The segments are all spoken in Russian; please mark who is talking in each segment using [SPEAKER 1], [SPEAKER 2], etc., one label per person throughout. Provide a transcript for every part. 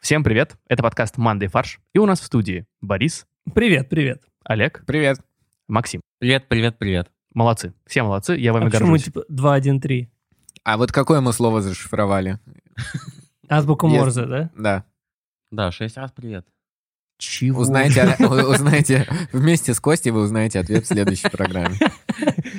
[SPEAKER 1] Всем привет! Это подкаст «Мандай фарш». И у нас в студии Борис,
[SPEAKER 2] Привет, привет.
[SPEAKER 1] Олег,
[SPEAKER 3] Привет.
[SPEAKER 1] Максим.
[SPEAKER 4] Привет, привет, привет.
[SPEAKER 1] Молодцы. Все молодцы, я вами
[SPEAKER 2] а почему
[SPEAKER 1] горжусь.
[SPEAKER 2] типа 2, 1, 3?
[SPEAKER 3] А вот какое мы слово зашифровали?
[SPEAKER 2] Азбука
[SPEAKER 3] Есть.
[SPEAKER 2] Морзе, да?
[SPEAKER 3] Да.
[SPEAKER 4] Да, шесть раз привет.
[SPEAKER 1] Чего?
[SPEAKER 3] Узнаете, у- узнаете вместе с Костей вы узнаете ответ в следующей программе.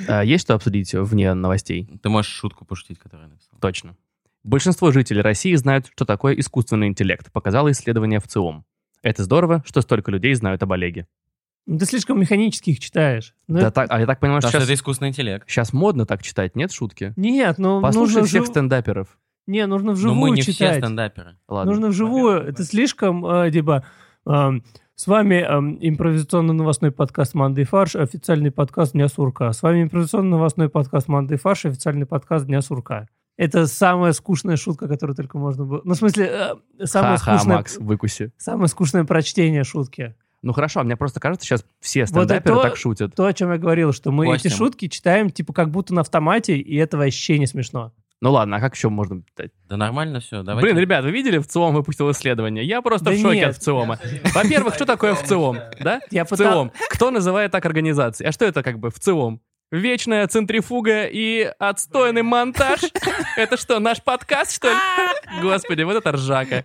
[SPEAKER 1] А, есть что обсудить вне новостей?
[SPEAKER 4] Ты можешь шутку пошутить, которую я написал.
[SPEAKER 1] Точно. Большинство жителей России знают, что такое искусственный интеллект, показало исследование в ЦИОМ. Это здорово, что столько людей знают об Олеге.
[SPEAKER 2] Ну, ты слишком механически их читаешь. Ну,
[SPEAKER 1] да,
[SPEAKER 2] это-
[SPEAKER 1] так, а я так понимаю, что
[SPEAKER 4] Потому что
[SPEAKER 1] сейчас,
[SPEAKER 4] это искусственный интеллект.
[SPEAKER 1] сейчас модно так читать, нет шутки?
[SPEAKER 2] Нет, ну
[SPEAKER 1] Послушай Ну,
[SPEAKER 2] нужно,
[SPEAKER 1] всех
[SPEAKER 2] вжив-
[SPEAKER 1] стендаперов.
[SPEAKER 2] не, нужно
[SPEAKER 4] Но
[SPEAKER 2] вживую
[SPEAKER 4] мы не все
[SPEAKER 2] читать.
[SPEAKER 4] стендаперы.
[SPEAKER 1] Ладно.
[SPEAKER 2] нужно вживую.
[SPEAKER 4] Понятно,
[SPEAKER 2] Это
[SPEAKER 4] понятно.
[SPEAKER 2] слишком, э, типа, эм, с вами эм, импровизационно-новостной подкаст «Манды и фарш», официальный подкаст «Дня сурка». С вами импровизационно-новостной подкаст «Манды и фарш», официальный подкаст «Дня сурка». Это самая скучная шутка, которую только можно было... Ну, в смысле, э, самое,
[SPEAKER 1] Ха-ха,
[SPEAKER 2] скучное,
[SPEAKER 1] Макс, выкуси.
[SPEAKER 2] самое скучное прочтение шутки.
[SPEAKER 1] Ну хорошо, а мне просто кажется, сейчас все
[SPEAKER 2] Вот это
[SPEAKER 1] стендаперы
[SPEAKER 2] то-
[SPEAKER 1] так шутят.
[SPEAKER 2] То, о чем я говорил, что мы
[SPEAKER 4] Костя.
[SPEAKER 2] эти шутки читаем, типа, как будто на автомате, и это вообще не смешно.
[SPEAKER 1] Ну ладно, а как еще можно читать?
[SPEAKER 4] Да нормально все, давайте.
[SPEAKER 1] Блин, ребят, вы видели, в ЦИОМ выпустил исследование? Я просто
[SPEAKER 2] Да
[SPEAKER 1] в шоке
[SPEAKER 2] нет.
[SPEAKER 1] от ЦИОМа. Во-первых, что такое в ЦИОМ? Да?
[SPEAKER 2] Я
[SPEAKER 1] В
[SPEAKER 2] пытал-
[SPEAKER 1] ЦИОМ. Кто называет так организации? А что это как бы в ЦИОМ? Вечная центрифуга и отстойный монтаж. Это что, наш подкаст, что ли?
[SPEAKER 2] А!
[SPEAKER 1] Господи, вот это ржака.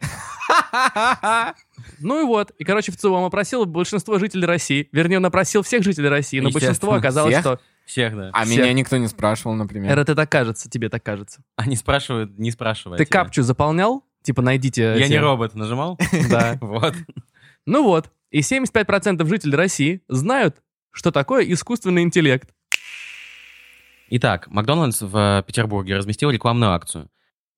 [SPEAKER 3] А
[SPEAKER 1] Ну и вот. И, короче, в ЦИОМ опросил большинство жителей России. Вернее, он опросил всех жителей России, но большинство
[SPEAKER 3] Естественно,
[SPEAKER 1] оказалось,
[SPEAKER 3] всех.
[SPEAKER 1] что
[SPEAKER 4] Всех, да.
[SPEAKER 3] А
[SPEAKER 1] Всех.
[SPEAKER 3] меня никто не спрашивал, например.
[SPEAKER 1] РТ так кажется, тебе так кажется.
[SPEAKER 4] Они спрашивают, не спрашивая.
[SPEAKER 1] Ты
[SPEAKER 4] тебя.
[SPEAKER 1] капчу заполнял? Типа, найдите...
[SPEAKER 4] Я
[SPEAKER 1] эти-
[SPEAKER 4] не робот, нажимал?
[SPEAKER 1] Да.
[SPEAKER 4] Вот.
[SPEAKER 1] Ну вот, и 75% жителей России знают, что такое искусственный интеллект.
[SPEAKER 4] Итак, Макдональдс в э, Петербурге разместил рекламную акцию.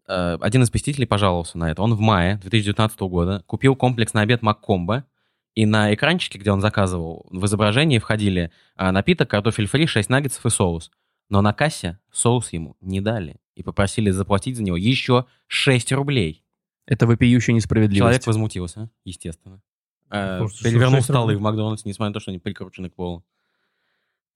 [SPEAKER 4] Э, Один из посетителей пожаловался на это. Он в мае 2019 года купил комплекс на обед Маккомбо, и на экранчике, где он заказывал, в изображении входили э, напиток, картофель фри, 6 наггетсов и соус. Но на кассе соус ему не дали и попросили заплатить за него еще 6 рублей.
[SPEAKER 1] Это вопиющая несправедливость.
[SPEAKER 4] Человек возмутился, естественно. Э,
[SPEAKER 2] Потому что
[SPEAKER 4] Перевернул
[SPEAKER 2] 6
[SPEAKER 4] столы
[SPEAKER 2] рублей.
[SPEAKER 4] в Макдональдс, несмотря на то, что они прикручены к полу.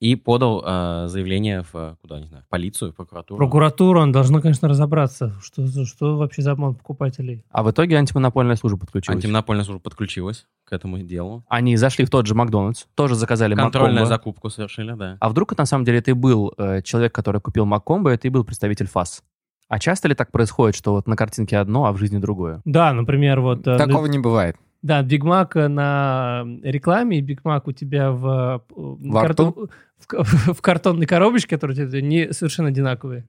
[SPEAKER 4] И подал э, заявление в, э, куда, не знаю, в полицию, в прокуратуру.
[SPEAKER 2] Прокуратура, он должна, конечно, разобраться, что, за- что вообще за обман покупателей.
[SPEAKER 1] А в итоге антимонопольная служба подключилась.
[SPEAKER 4] Антимонопольная служба подключилась к этому делу.
[SPEAKER 1] Они зашли в тот же Макдональдс, тоже заказали
[SPEAKER 4] Контрольную
[SPEAKER 1] Маккомбо.
[SPEAKER 4] закупку совершили, да.
[SPEAKER 1] А вдруг на самом деле ты был э, человек, который купил Маккомбо, и ты был представитель ФАС? А часто ли так происходит, что вот на картинке одно, а в жизни другое?
[SPEAKER 2] Да, например, вот... э,
[SPEAKER 3] Такого не бывает.
[SPEAKER 2] Да, Биг Мак э, на рекламе, и Биг Мак у тебя в, э,
[SPEAKER 3] Во
[SPEAKER 2] в, ка- в картонной коробочке, которые у тебя не совершенно одинаковые.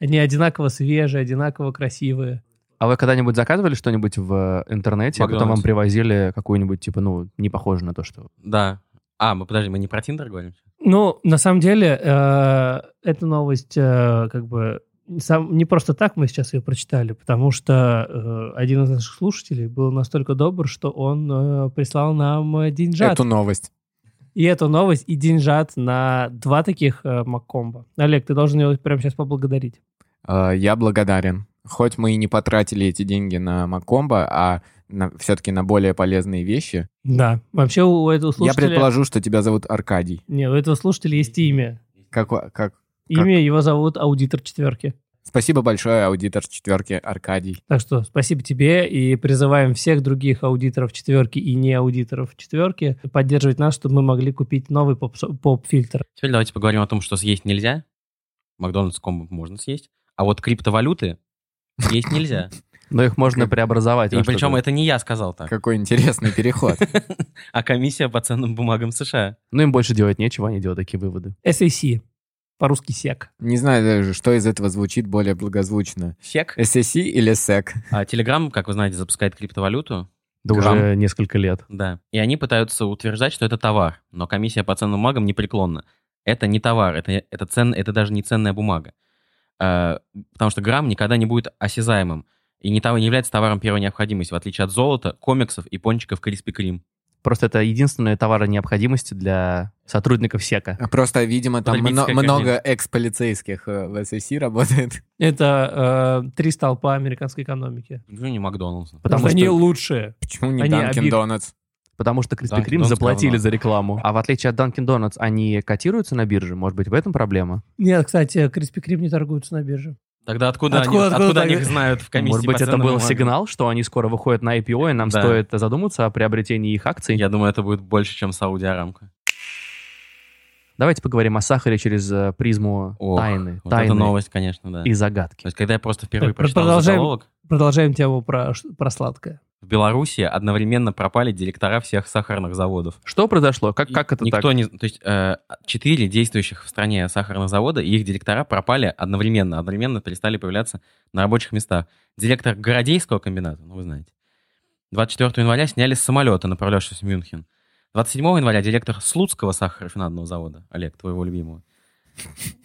[SPEAKER 2] Они одинаково свежие, одинаково красивые.
[SPEAKER 1] А вы когда-нибудь заказывали что-нибудь в э, интернете, а потом вам
[SPEAKER 4] Макдональдс.
[SPEAKER 1] привозили какую-нибудь, типа, ну, не похожую на то, что...
[SPEAKER 4] Да. А, мы подожди, мы не про Тиндер говорим?
[SPEAKER 2] Ну, на самом деле, э, эта новость э, как бы сам- не просто так мы сейчас ее прочитали, потому что э, один из наших слушателей был настолько добр, что он э, прислал нам э, деньжат.
[SPEAKER 3] Эту новость.
[SPEAKER 2] И эту новость, и деньжат на два таких э, Маккомбо. Олег, ты должен его прямо сейчас поблагодарить.
[SPEAKER 3] Э, Я благодарен. Хоть мы и не потратили эти деньги на Макомбо, а все-таки на более полезные вещи.
[SPEAKER 2] Да. Вообще у, у этого
[SPEAKER 3] Я
[SPEAKER 2] слушателя...
[SPEAKER 3] предположу, что тебя зовут Аркадий.
[SPEAKER 2] Не, у этого слушателя есть имя.
[SPEAKER 3] Как, ва- как...
[SPEAKER 2] Имя его зовут Аудитор Четверки.
[SPEAKER 3] Спасибо большое, аудитор с четверки Аркадий.
[SPEAKER 2] Так что спасибо тебе и призываем всех других аудиторов четверки и не аудиторов четверки поддерживать нас, чтобы мы могли купить новый попсо- поп-фильтр.
[SPEAKER 4] Теперь давайте поговорим о том, что съесть нельзя. Макдональдс комбо можно съесть. А вот криптовалюты съесть нельзя.
[SPEAKER 1] Но их можно
[SPEAKER 3] Как-
[SPEAKER 1] преобразовать.
[SPEAKER 4] И
[SPEAKER 1] во что-то.
[SPEAKER 4] причем это не я сказал так,
[SPEAKER 3] Какой интересный переход.
[SPEAKER 4] а комиссия по ценным бумагам США.
[SPEAKER 1] Ну, им больше делать нечего, они делают такие выводы.
[SPEAKER 2] SAC. А По-русски сек.
[SPEAKER 3] Не знаю даже, что из этого звучит более благозвучно.
[SPEAKER 4] Сек.
[SPEAKER 3] SSC или SEC?
[SPEAKER 4] А Телеграм, как вы знаете, запускает криптовалюту.
[SPEAKER 1] Да
[SPEAKER 3] Грамм.
[SPEAKER 1] уже несколько лет.
[SPEAKER 4] Да. И они пытаются утверждать, что это товар. Но комиссия по ценным бумагам непреклонна. Это не товар, это, это, цен, это даже не ценная бумага. Э, потому что грамм никогда не будет осязаемым. И не, тов- не является товаром первой необходимости, в отличие от золота, комиксов и пончиков Криспи Крим.
[SPEAKER 1] Просто это единственные товары необходимости для сотрудников СЕКа.
[SPEAKER 3] А Просто, видимо, там мно-
[SPEAKER 4] Потребительская
[SPEAKER 3] много экс-полицейских э, в SSC работает.
[SPEAKER 2] Это э, три столпа американской экономики.
[SPEAKER 4] Ну, не Макдоналдс.
[SPEAKER 1] Потому
[SPEAKER 2] Потому что они
[SPEAKER 1] что-
[SPEAKER 2] лучшие.
[SPEAKER 3] Почему не
[SPEAKER 2] Они
[SPEAKER 3] Данкин
[SPEAKER 2] обид-
[SPEAKER 3] Донатс?
[SPEAKER 1] Потому что Криспи
[SPEAKER 4] Dunkin'
[SPEAKER 1] Крим
[SPEAKER 4] Donuts
[SPEAKER 1] заплатили
[SPEAKER 4] говно.
[SPEAKER 1] за рекламу. А в отличие от Dunkin' Donuts, они котируются на бирже? Может быть, в этом проблема?
[SPEAKER 2] Нет, кстати, Криспи Крим не торгуются на бирже.
[SPEAKER 4] Тогда откуда,
[SPEAKER 2] Откуда-
[SPEAKER 4] они,
[SPEAKER 2] откуда
[SPEAKER 4] откуда они
[SPEAKER 2] так?
[SPEAKER 4] их знают в комиссии?
[SPEAKER 1] Может
[SPEAKER 4] по
[SPEAKER 1] быть, это
[SPEAKER 4] ценным
[SPEAKER 1] был
[SPEAKER 4] бумагам?
[SPEAKER 1] сигнал, что они скоро выходят на IPO, и нам
[SPEAKER 4] Да.
[SPEAKER 1] стоит задуматься о приобретении их акций.
[SPEAKER 4] Я думаю, это будет больше, чем Сауди Арамко.
[SPEAKER 1] Давайте поговорим о сахаре через э, призму
[SPEAKER 4] Ох,
[SPEAKER 1] тайны,
[SPEAKER 4] Вот
[SPEAKER 1] тайны
[SPEAKER 4] это новость, конечно, да.
[SPEAKER 1] и
[SPEAKER 4] То
[SPEAKER 1] загадки.
[SPEAKER 4] есть, когда я просто впервые
[SPEAKER 2] Так,
[SPEAKER 4] прочитал
[SPEAKER 2] продолжаем.
[SPEAKER 4] заголовок,
[SPEAKER 2] Продолжаем тему про, ш- про сладкое.
[SPEAKER 4] в Беларуси одновременно пропали директора всех сахарных заводов.
[SPEAKER 1] Что произошло? Как,
[SPEAKER 4] И
[SPEAKER 1] как это
[SPEAKER 4] никто
[SPEAKER 1] так?
[SPEAKER 4] Не, то есть э, четыре действующих в стране сахарных завода и их директора пропали одновременно, одновременно перестали появляться на рабочих местах. Директор Городейского комбината, ну вы знаете, 24 января сняли с самолета, направлявшегося в Мюнхен. 27 января директор Слуцкого сахарофинадного завода, Олег, твоего любимого,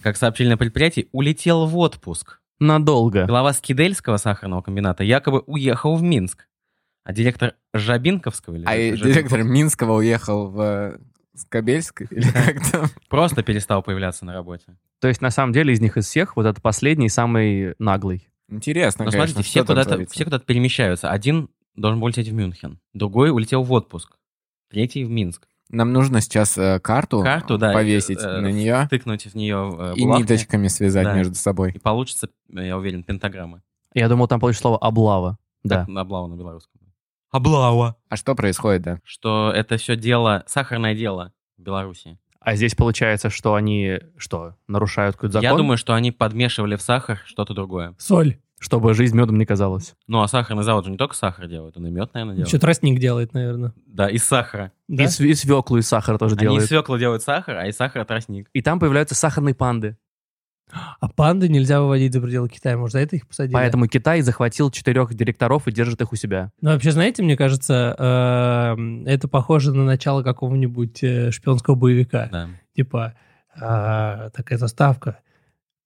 [SPEAKER 4] как сообщили на предприятии, улетел в отпуск.
[SPEAKER 1] Надолго.
[SPEAKER 4] Глава Скидельского сахарного комбината якобы уехал в Минск, а директор Жабинковского... или
[SPEAKER 3] А и
[SPEAKER 4] Жабинков-
[SPEAKER 3] директор Минского уехал в э, Скобельск или как там?
[SPEAKER 4] Просто перестал появляться на работе.
[SPEAKER 3] Ну,
[SPEAKER 1] То есть, на самом деле, из них из всех вот этот последний самый наглый.
[SPEAKER 3] Интересно,
[SPEAKER 4] Но
[SPEAKER 3] конечно,
[SPEAKER 4] Ну, смотрите, все
[SPEAKER 3] что там
[SPEAKER 4] куда-то,
[SPEAKER 3] творится.
[SPEAKER 4] все куда-то перемещаются. Один должен был лететь в Мюнхен, другой улетел в отпуск, третий в Минск.
[SPEAKER 3] Нам нужно сейчас э, карту,
[SPEAKER 4] Карту, да,
[SPEAKER 3] повесить
[SPEAKER 4] э, э,
[SPEAKER 3] на нее
[SPEAKER 4] Тыкнуть в нее э,
[SPEAKER 3] и
[SPEAKER 4] булавки,
[SPEAKER 3] ниточками связать
[SPEAKER 4] Да.
[SPEAKER 3] между собой.
[SPEAKER 4] и получится, э, я уверен, пентаграмма.
[SPEAKER 1] Я думал, там получится слово «облава». Да.
[SPEAKER 4] Так, облава на белорусском. Облава.
[SPEAKER 3] А что происходит, да?
[SPEAKER 4] Что это все дело, сахарное дело в Беларуси.
[SPEAKER 1] А здесь получается, что они, что, нарушают какой-то закон?
[SPEAKER 4] Я думаю, что они подмешивали в сахар что-то другое.
[SPEAKER 2] Соль.
[SPEAKER 1] Чтобы жизнь медом не казалась.
[SPEAKER 4] Ну, а сахарный завод же не только сахар делает, он и мед, наверное, делает.
[SPEAKER 2] Еще тростник делает, наверное.
[SPEAKER 4] Да, из сахара.
[SPEAKER 2] Да?
[SPEAKER 1] И, св- и свеклу, и сахар тоже
[SPEAKER 4] Они
[SPEAKER 1] делают.
[SPEAKER 4] из свекла делают сахар, а из сахара тростник.
[SPEAKER 1] И там появляются сахарные панды.
[SPEAKER 2] А панды нельзя выводить за пределы Китая. Может, за это их посадили?
[SPEAKER 1] Поэтому Китай захватил четырех директоров и держит их у себя.
[SPEAKER 2] Ну, вообще, знаете, мне кажется, эм, это похоже на начало какого-нибудь э, шпионского боевика.
[SPEAKER 4] Да.
[SPEAKER 2] Типа а, такая заставка.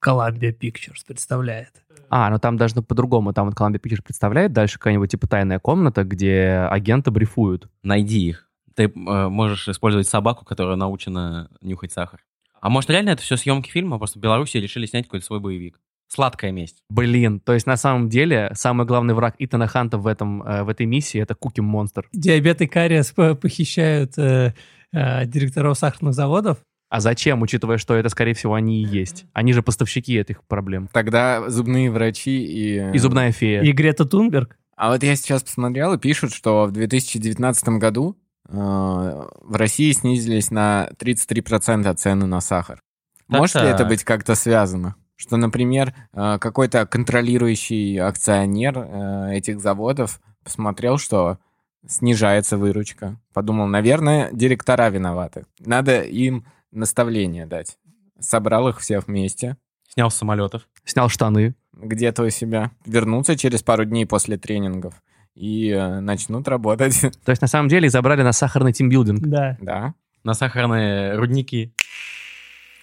[SPEAKER 2] Columbia Pictures представляет.
[SPEAKER 1] А, ну там даже по-другому. Там вот Columbia Pictures представляет дальше какая-нибудь типа тайная комната, где агента брифуют.
[SPEAKER 4] Найди их. Ты э, можешь использовать собаку, которая научена нюхать сахар. А может, реально это все съемки фильма, просто в Беларуси решили снять какой-то свой боевик. Сладкая месть.
[SPEAKER 1] Блин, то есть на самом деле самый главный враг Итана Ханта в, этом, э, в этой миссии — это Куки Монстр.
[SPEAKER 2] Диабет и кариес по- похищают э, э, директоров сахарных заводов.
[SPEAKER 1] А зачем, учитывая, что это, скорее всего, они и есть? Они же поставщики этих проблем.
[SPEAKER 3] Тогда зубные врачи и... э,
[SPEAKER 1] И зубная фея.
[SPEAKER 2] И Грета Тунберг.
[SPEAKER 3] А вот я сейчас посмотрел, и пишут, что в 2019 году э, в России снизились на 33% цены на сахар. Может ли это
[SPEAKER 4] Так-так.
[SPEAKER 3] быть как-то связано? Что, например, э, какой-то контролирующий акционер э, этих заводов посмотрел, что снижается выручка. Подумал, наверное, директора виноваты. Надо им наставление дать. Собрал их всех вместе
[SPEAKER 4] Снял с самолетов.
[SPEAKER 1] Снял штаны.
[SPEAKER 3] где-то у себя, вернутся через пару дней после тренингов и э, начнут работать.
[SPEAKER 1] То есть на самом деле забрали на сахарный тимбилдинг.
[SPEAKER 2] Да.
[SPEAKER 3] Да.
[SPEAKER 4] На сахарные рудники.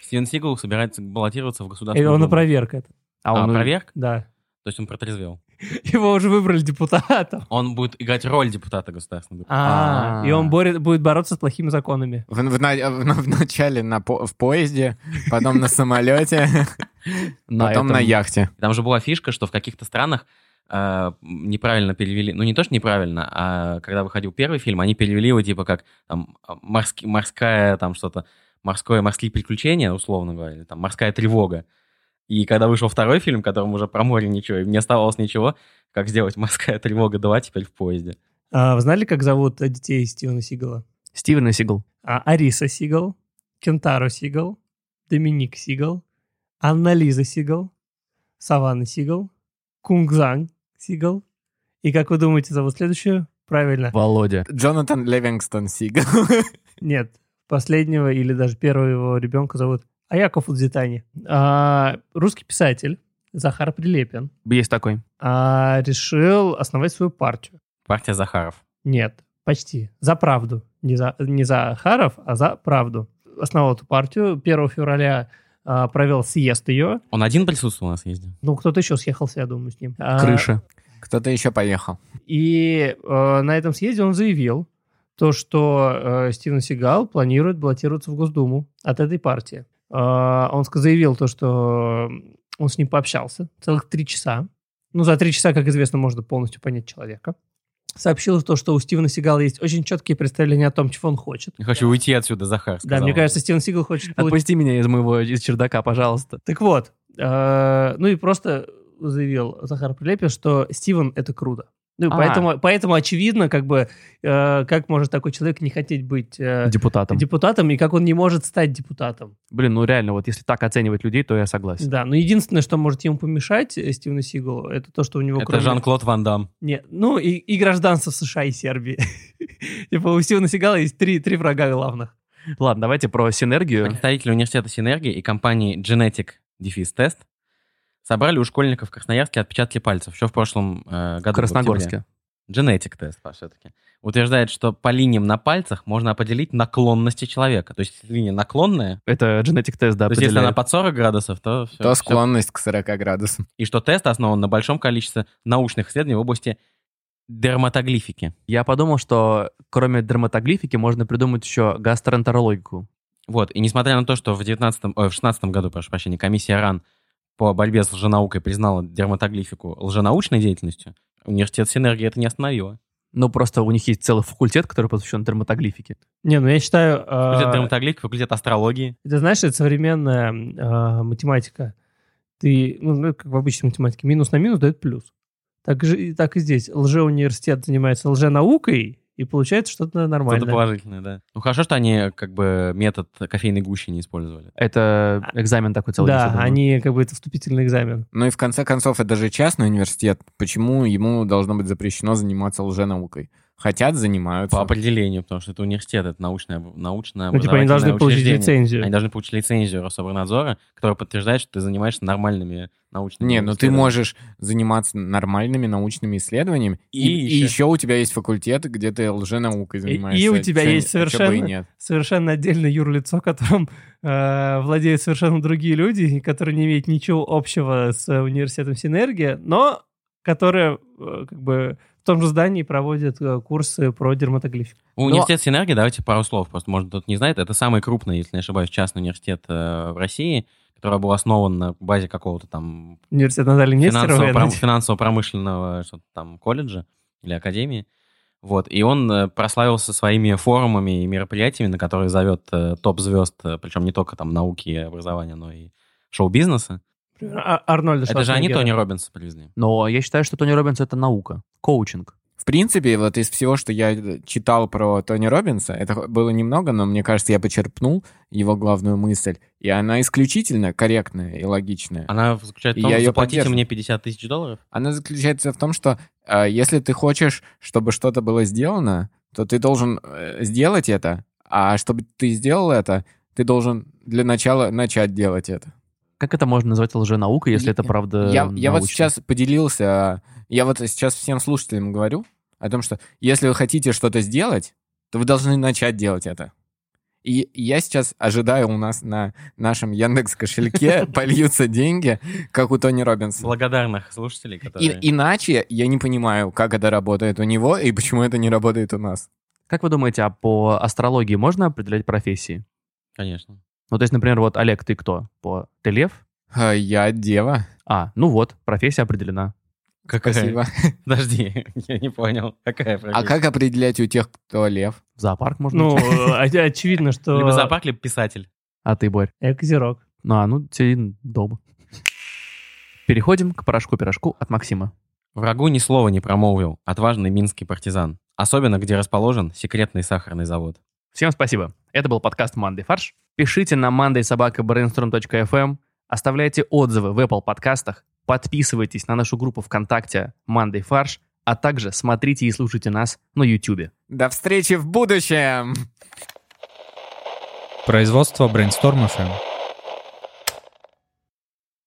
[SPEAKER 4] Стивен Сигал собирается баллотироваться в
[SPEAKER 2] И
[SPEAKER 4] государственную
[SPEAKER 2] Э, он
[SPEAKER 4] Думу.
[SPEAKER 2] опроверг это.
[SPEAKER 1] А
[SPEAKER 4] А,
[SPEAKER 1] он
[SPEAKER 4] проверка?
[SPEAKER 2] Да.
[SPEAKER 4] То есть он протрезвел.
[SPEAKER 2] Его уже выбрали депутатом.
[SPEAKER 4] Он будет играть роль депутата Государственной Думы.
[SPEAKER 2] А,
[SPEAKER 1] А.
[SPEAKER 2] и он борет- будет бороться с плохими законами.
[SPEAKER 3] В, в на- э, в- вначале на по- в поезде, потом на самолете,
[SPEAKER 1] на этом-
[SPEAKER 3] потом на яхте.
[SPEAKER 4] Там же была фишка, что в каких-то странах э, неправильно перевели, ну не то, что неправильно, а когда выходил первый фильм, они перевели его типа как там а, морски- морская там что-то, морское, морские приключения, условно говоря, или там морская тревога. И когда вышел второй фильм, которым уже про море ничего, и не оставалось ничего, как сделать морская тревога 2 теперь в поезде.
[SPEAKER 2] А, вы знали, как зовут э, детей Стивена Сигала?
[SPEAKER 1] Стивен Сигал.
[SPEAKER 2] А, Ариса Сигал, Кентаро Сигал, Доминик Сигал, Анна Лиза Сигал, Саванна Сигал, Кунгзан Сигал. И как вы думаете, зовут следующую? Правильно.
[SPEAKER 1] Володя.
[SPEAKER 3] Джонатан Левингстон Сигал.
[SPEAKER 2] Нет, последнего или даже первого его ребенка зовут Аяко Фудзитани. А, русский писатель Захар Прилепин
[SPEAKER 1] Есть такой.
[SPEAKER 2] а, решил основать свою партию.
[SPEAKER 4] Партия Захаров.
[SPEAKER 2] Нет, почти. За правду. Не за, не за Харов, а за правду. Основал эту партию. 1 февраля а, провел съезд ее.
[SPEAKER 4] Он один присутствовал на съезде?
[SPEAKER 2] Ну, кто-то еще съехался, я думаю, с ним. А,
[SPEAKER 1] Крыша.
[SPEAKER 3] Кто-то еще поехал.
[SPEAKER 2] и э, на этом съезде он заявил то, что э, Стивен Сигал планирует баллотироваться в Госдуму от этой партии. Э, он ска- заявил то, что он с ним пообщался целых три часа. Ну, за три часа, как известно, можно полностью понять человека. Сообщил то, что у Стивена Сигала есть очень четкие представления о том, чего он хочет.
[SPEAKER 4] Я хочу уйти отсюда, Захар.
[SPEAKER 2] Да,
[SPEAKER 4] сказал
[SPEAKER 2] мне
[SPEAKER 4] он.
[SPEAKER 2] кажется, Стивен Сигал хочет получить...
[SPEAKER 1] Отпусти меня из моего из чердака, пожалуйста.
[SPEAKER 2] Так вот, э, ну и просто заявил Захар Прилепин, что Стивен — это круто. Ну, и
[SPEAKER 4] А.
[SPEAKER 2] поэтому, поэтому очевидно, как бы, э, как может такой человек не хотеть быть э,
[SPEAKER 1] Депутатом.
[SPEAKER 2] депутатом, и как он не может стать депутатом.
[SPEAKER 1] Блин, ну реально, вот если так оценивать людей, то я согласен.
[SPEAKER 2] Да, но единственное, что может ему помешать э, Стивену Сигалу, это то, что у него...
[SPEAKER 4] Это
[SPEAKER 2] кроме-
[SPEAKER 4] Жан-Клод Ван Дам.
[SPEAKER 2] Не, ну и, и гражданство США и Сербии. Типа у Стивена Сигала есть три, три врага главных.
[SPEAKER 1] Ладно, давайте про синергию.
[SPEAKER 4] Представители университета Синергии и компании Genetic Defis Test собрали у школьников в Красноярске отпечатки пальцев еще в прошлом
[SPEAKER 1] В
[SPEAKER 4] э, году. в октябре.
[SPEAKER 1] Красногорске.
[SPEAKER 4] Genetic тест, Паш, все-таки. Утверждает, что по линиям на пальцах можно определить наклонности человека. То есть если линия наклонная,
[SPEAKER 1] Это генетик тест, да,
[SPEAKER 4] то есть если она
[SPEAKER 1] определяет.
[SPEAKER 4] под 40 градусов, то все.
[SPEAKER 3] То склонность к 40 градусам.
[SPEAKER 4] И что тест основан на большом количестве научных исследований в области дерматоглифики.
[SPEAKER 1] Я подумал, что кроме дерматоглифики можно придумать еще гастроэнтерологику.
[SPEAKER 4] Вот, и несмотря на то, что в 19 ой, в 16 году, прошу прощения, комиссия РАН по борьбе с лженаукой признала дерматоглифику лженаучной деятельностью, университет Синергии это не остановило.
[SPEAKER 1] Ну, просто у них есть целый факультет, который посвящен дерматоглифике.
[SPEAKER 2] Не, ну я считаю... э,
[SPEAKER 4] Факультет дерматоглифики, факультет астрологии.
[SPEAKER 2] Это знаешь, это современная м, а, математика. Ты, ну, ну, как в обычной математике, минус на минус дает плюс. Так, же, и- так и здесь. Лжеуниверситет занимается лженаукой, и получается что-то
[SPEAKER 4] Что-то
[SPEAKER 2] нормальное.
[SPEAKER 4] положительное, да. Ну хорошо, что они как бы метод кофейной гущи не использовали.
[SPEAKER 1] Это экзамен такой целый. я
[SPEAKER 2] Да,
[SPEAKER 1] думаю.
[SPEAKER 2] они как бы это вступительный экзамен.
[SPEAKER 3] Ну и в конце концов, это же частный университет. Почему ему должно быть запрещено заниматься лженаукой? Хотят, занимаются.
[SPEAKER 4] По определению, потому что это университет, это научное, научное
[SPEAKER 2] Ну, типа они должны получить
[SPEAKER 4] учреждение. Они
[SPEAKER 2] лицензию.
[SPEAKER 4] должны получить лицензию Рособорнадзора, которая подтверждает, что ты занимаешься нормальными научными
[SPEAKER 3] Не, ну ты
[SPEAKER 4] исследованиями.
[SPEAKER 3] можешь заниматься нормальными научными исследованиями, и,
[SPEAKER 4] И
[SPEAKER 3] и
[SPEAKER 4] еще.
[SPEAKER 3] еще у тебя есть факультет, где ты лженаукой занимаешься.
[SPEAKER 2] и у тебя
[SPEAKER 3] Чё- а
[SPEAKER 2] есть
[SPEAKER 3] чё бы и
[SPEAKER 2] совершенно-
[SPEAKER 3] нет.
[SPEAKER 2] Совершенно отдельное юрлицо, которым э, владеют совершенно другие люди, и которые не имеют ничего общего с э, университетом Синергия, но которые э, как бы в том же здании проводят э, курсы про дерматоглифику.
[SPEAKER 4] У университета Синергии, давайте пару слов, просто, может, кто-то не знает, это самый крупный, если не ошибаюсь, частный университет э, в России, который был основан на базе какого-то там
[SPEAKER 2] Университет Натальи Нестеровой. Надеюсь.
[SPEAKER 4] финансово-пром- финансово-промышленного что-то там колледжа или академии. Вот, и он э, прославился своими форумами и мероприятиями, на которые зовет э, топ-звезд, э, причем не только там науки и образования, но и шоу-бизнеса.
[SPEAKER 2] Например, Ар- А, Арнольда
[SPEAKER 4] Это же они
[SPEAKER 2] Шварценеггера.
[SPEAKER 4] Тони Робинса привезли.
[SPEAKER 1] Но я считаю, что Тони Робинс — это наука, коучинг.
[SPEAKER 3] В принципе, вот из всего, что я э, читал про Тони Робинса, это х- было немного, но мне кажется, я почерпнул его главную мысль. И она исключительно корректная и логичная.
[SPEAKER 4] Она заключает в
[SPEAKER 3] И
[SPEAKER 4] том,
[SPEAKER 3] я
[SPEAKER 4] что
[SPEAKER 3] её
[SPEAKER 4] заплатите
[SPEAKER 3] поддерживаю.
[SPEAKER 4] мне 50 тысяч долларов.
[SPEAKER 3] Она заключается в том, что э, если ты хочешь, чтобы что-то было сделано, то ты должен э, сделать это, а чтобы ты сделал это, ты должен для начала начать делать это.
[SPEAKER 1] Как это можно назвать лженаукой, если
[SPEAKER 3] Я-
[SPEAKER 1] это правда
[SPEAKER 3] я, я вот
[SPEAKER 1] Эм, научно?
[SPEAKER 3] сейчас поделился, я вот сейчас всем слушателям говорю о том, что если вы хотите что-то сделать, то вы должны начать делать это. И я сейчас ожидаю у нас на нашем Яндекс кошельке польются деньги, как у Тони Робинса.
[SPEAKER 4] Благодарных слушателей,
[SPEAKER 3] И-
[SPEAKER 4] которые...
[SPEAKER 3] иначе я не понимаю, как это работает у него и почему это не работает у нас.
[SPEAKER 1] Как вы думаете, а по астрологии можно определять профессии?
[SPEAKER 4] Конечно.
[SPEAKER 1] Ну, то есть, например, вот, Олег, ты кто? По... Ты лев?
[SPEAKER 3] А, Я дева.
[SPEAKER 1] А, ну вот, профессия определена.
[SPEAKER 3] Спасибо.
[SPEAKER 4] Подожди, я не понял, какая
[SPEAKER 3] А
[SPEAKER 4] профессия?
[SPEAKER 3] как определять у тех, кто лев?
[SPEAKER 1] В зоопарк можно
[SPEAKER 2] Ну,
[SPEAKER 1] идти?
[SPEAKER 2] э, оч- очевидно, что...
[SPEAKER 4] Либо зоопарк, либо писатель.
[SPEAKER 1] А ты, Борь?
[SPEAKER 2] Я козерог.
[SPEAKER 1] Ну, а ну, сиди дома. Переходим к порошку-пирожку от Максима.
[SPEAKER 4] Врагу ни слова не промолвил отважный минский партизан. Особенно, где расположен секретный сахарный завод.
[SPEAKER 1] Всем спасибо. Это был подкаст «Мандай фарш». Пишите на mandaysobakabrainstorm.fm, эм, оставляйте отзывы в Apple подкастах, подписывайтесь на нашу группу ВКонтакте «Мандай фарш», а также смотрите и слушайте нас на YouTube.
[SPEAKER 3] До встречи в будущем!
[SPEAKER 5] Производство Brainstorm FM.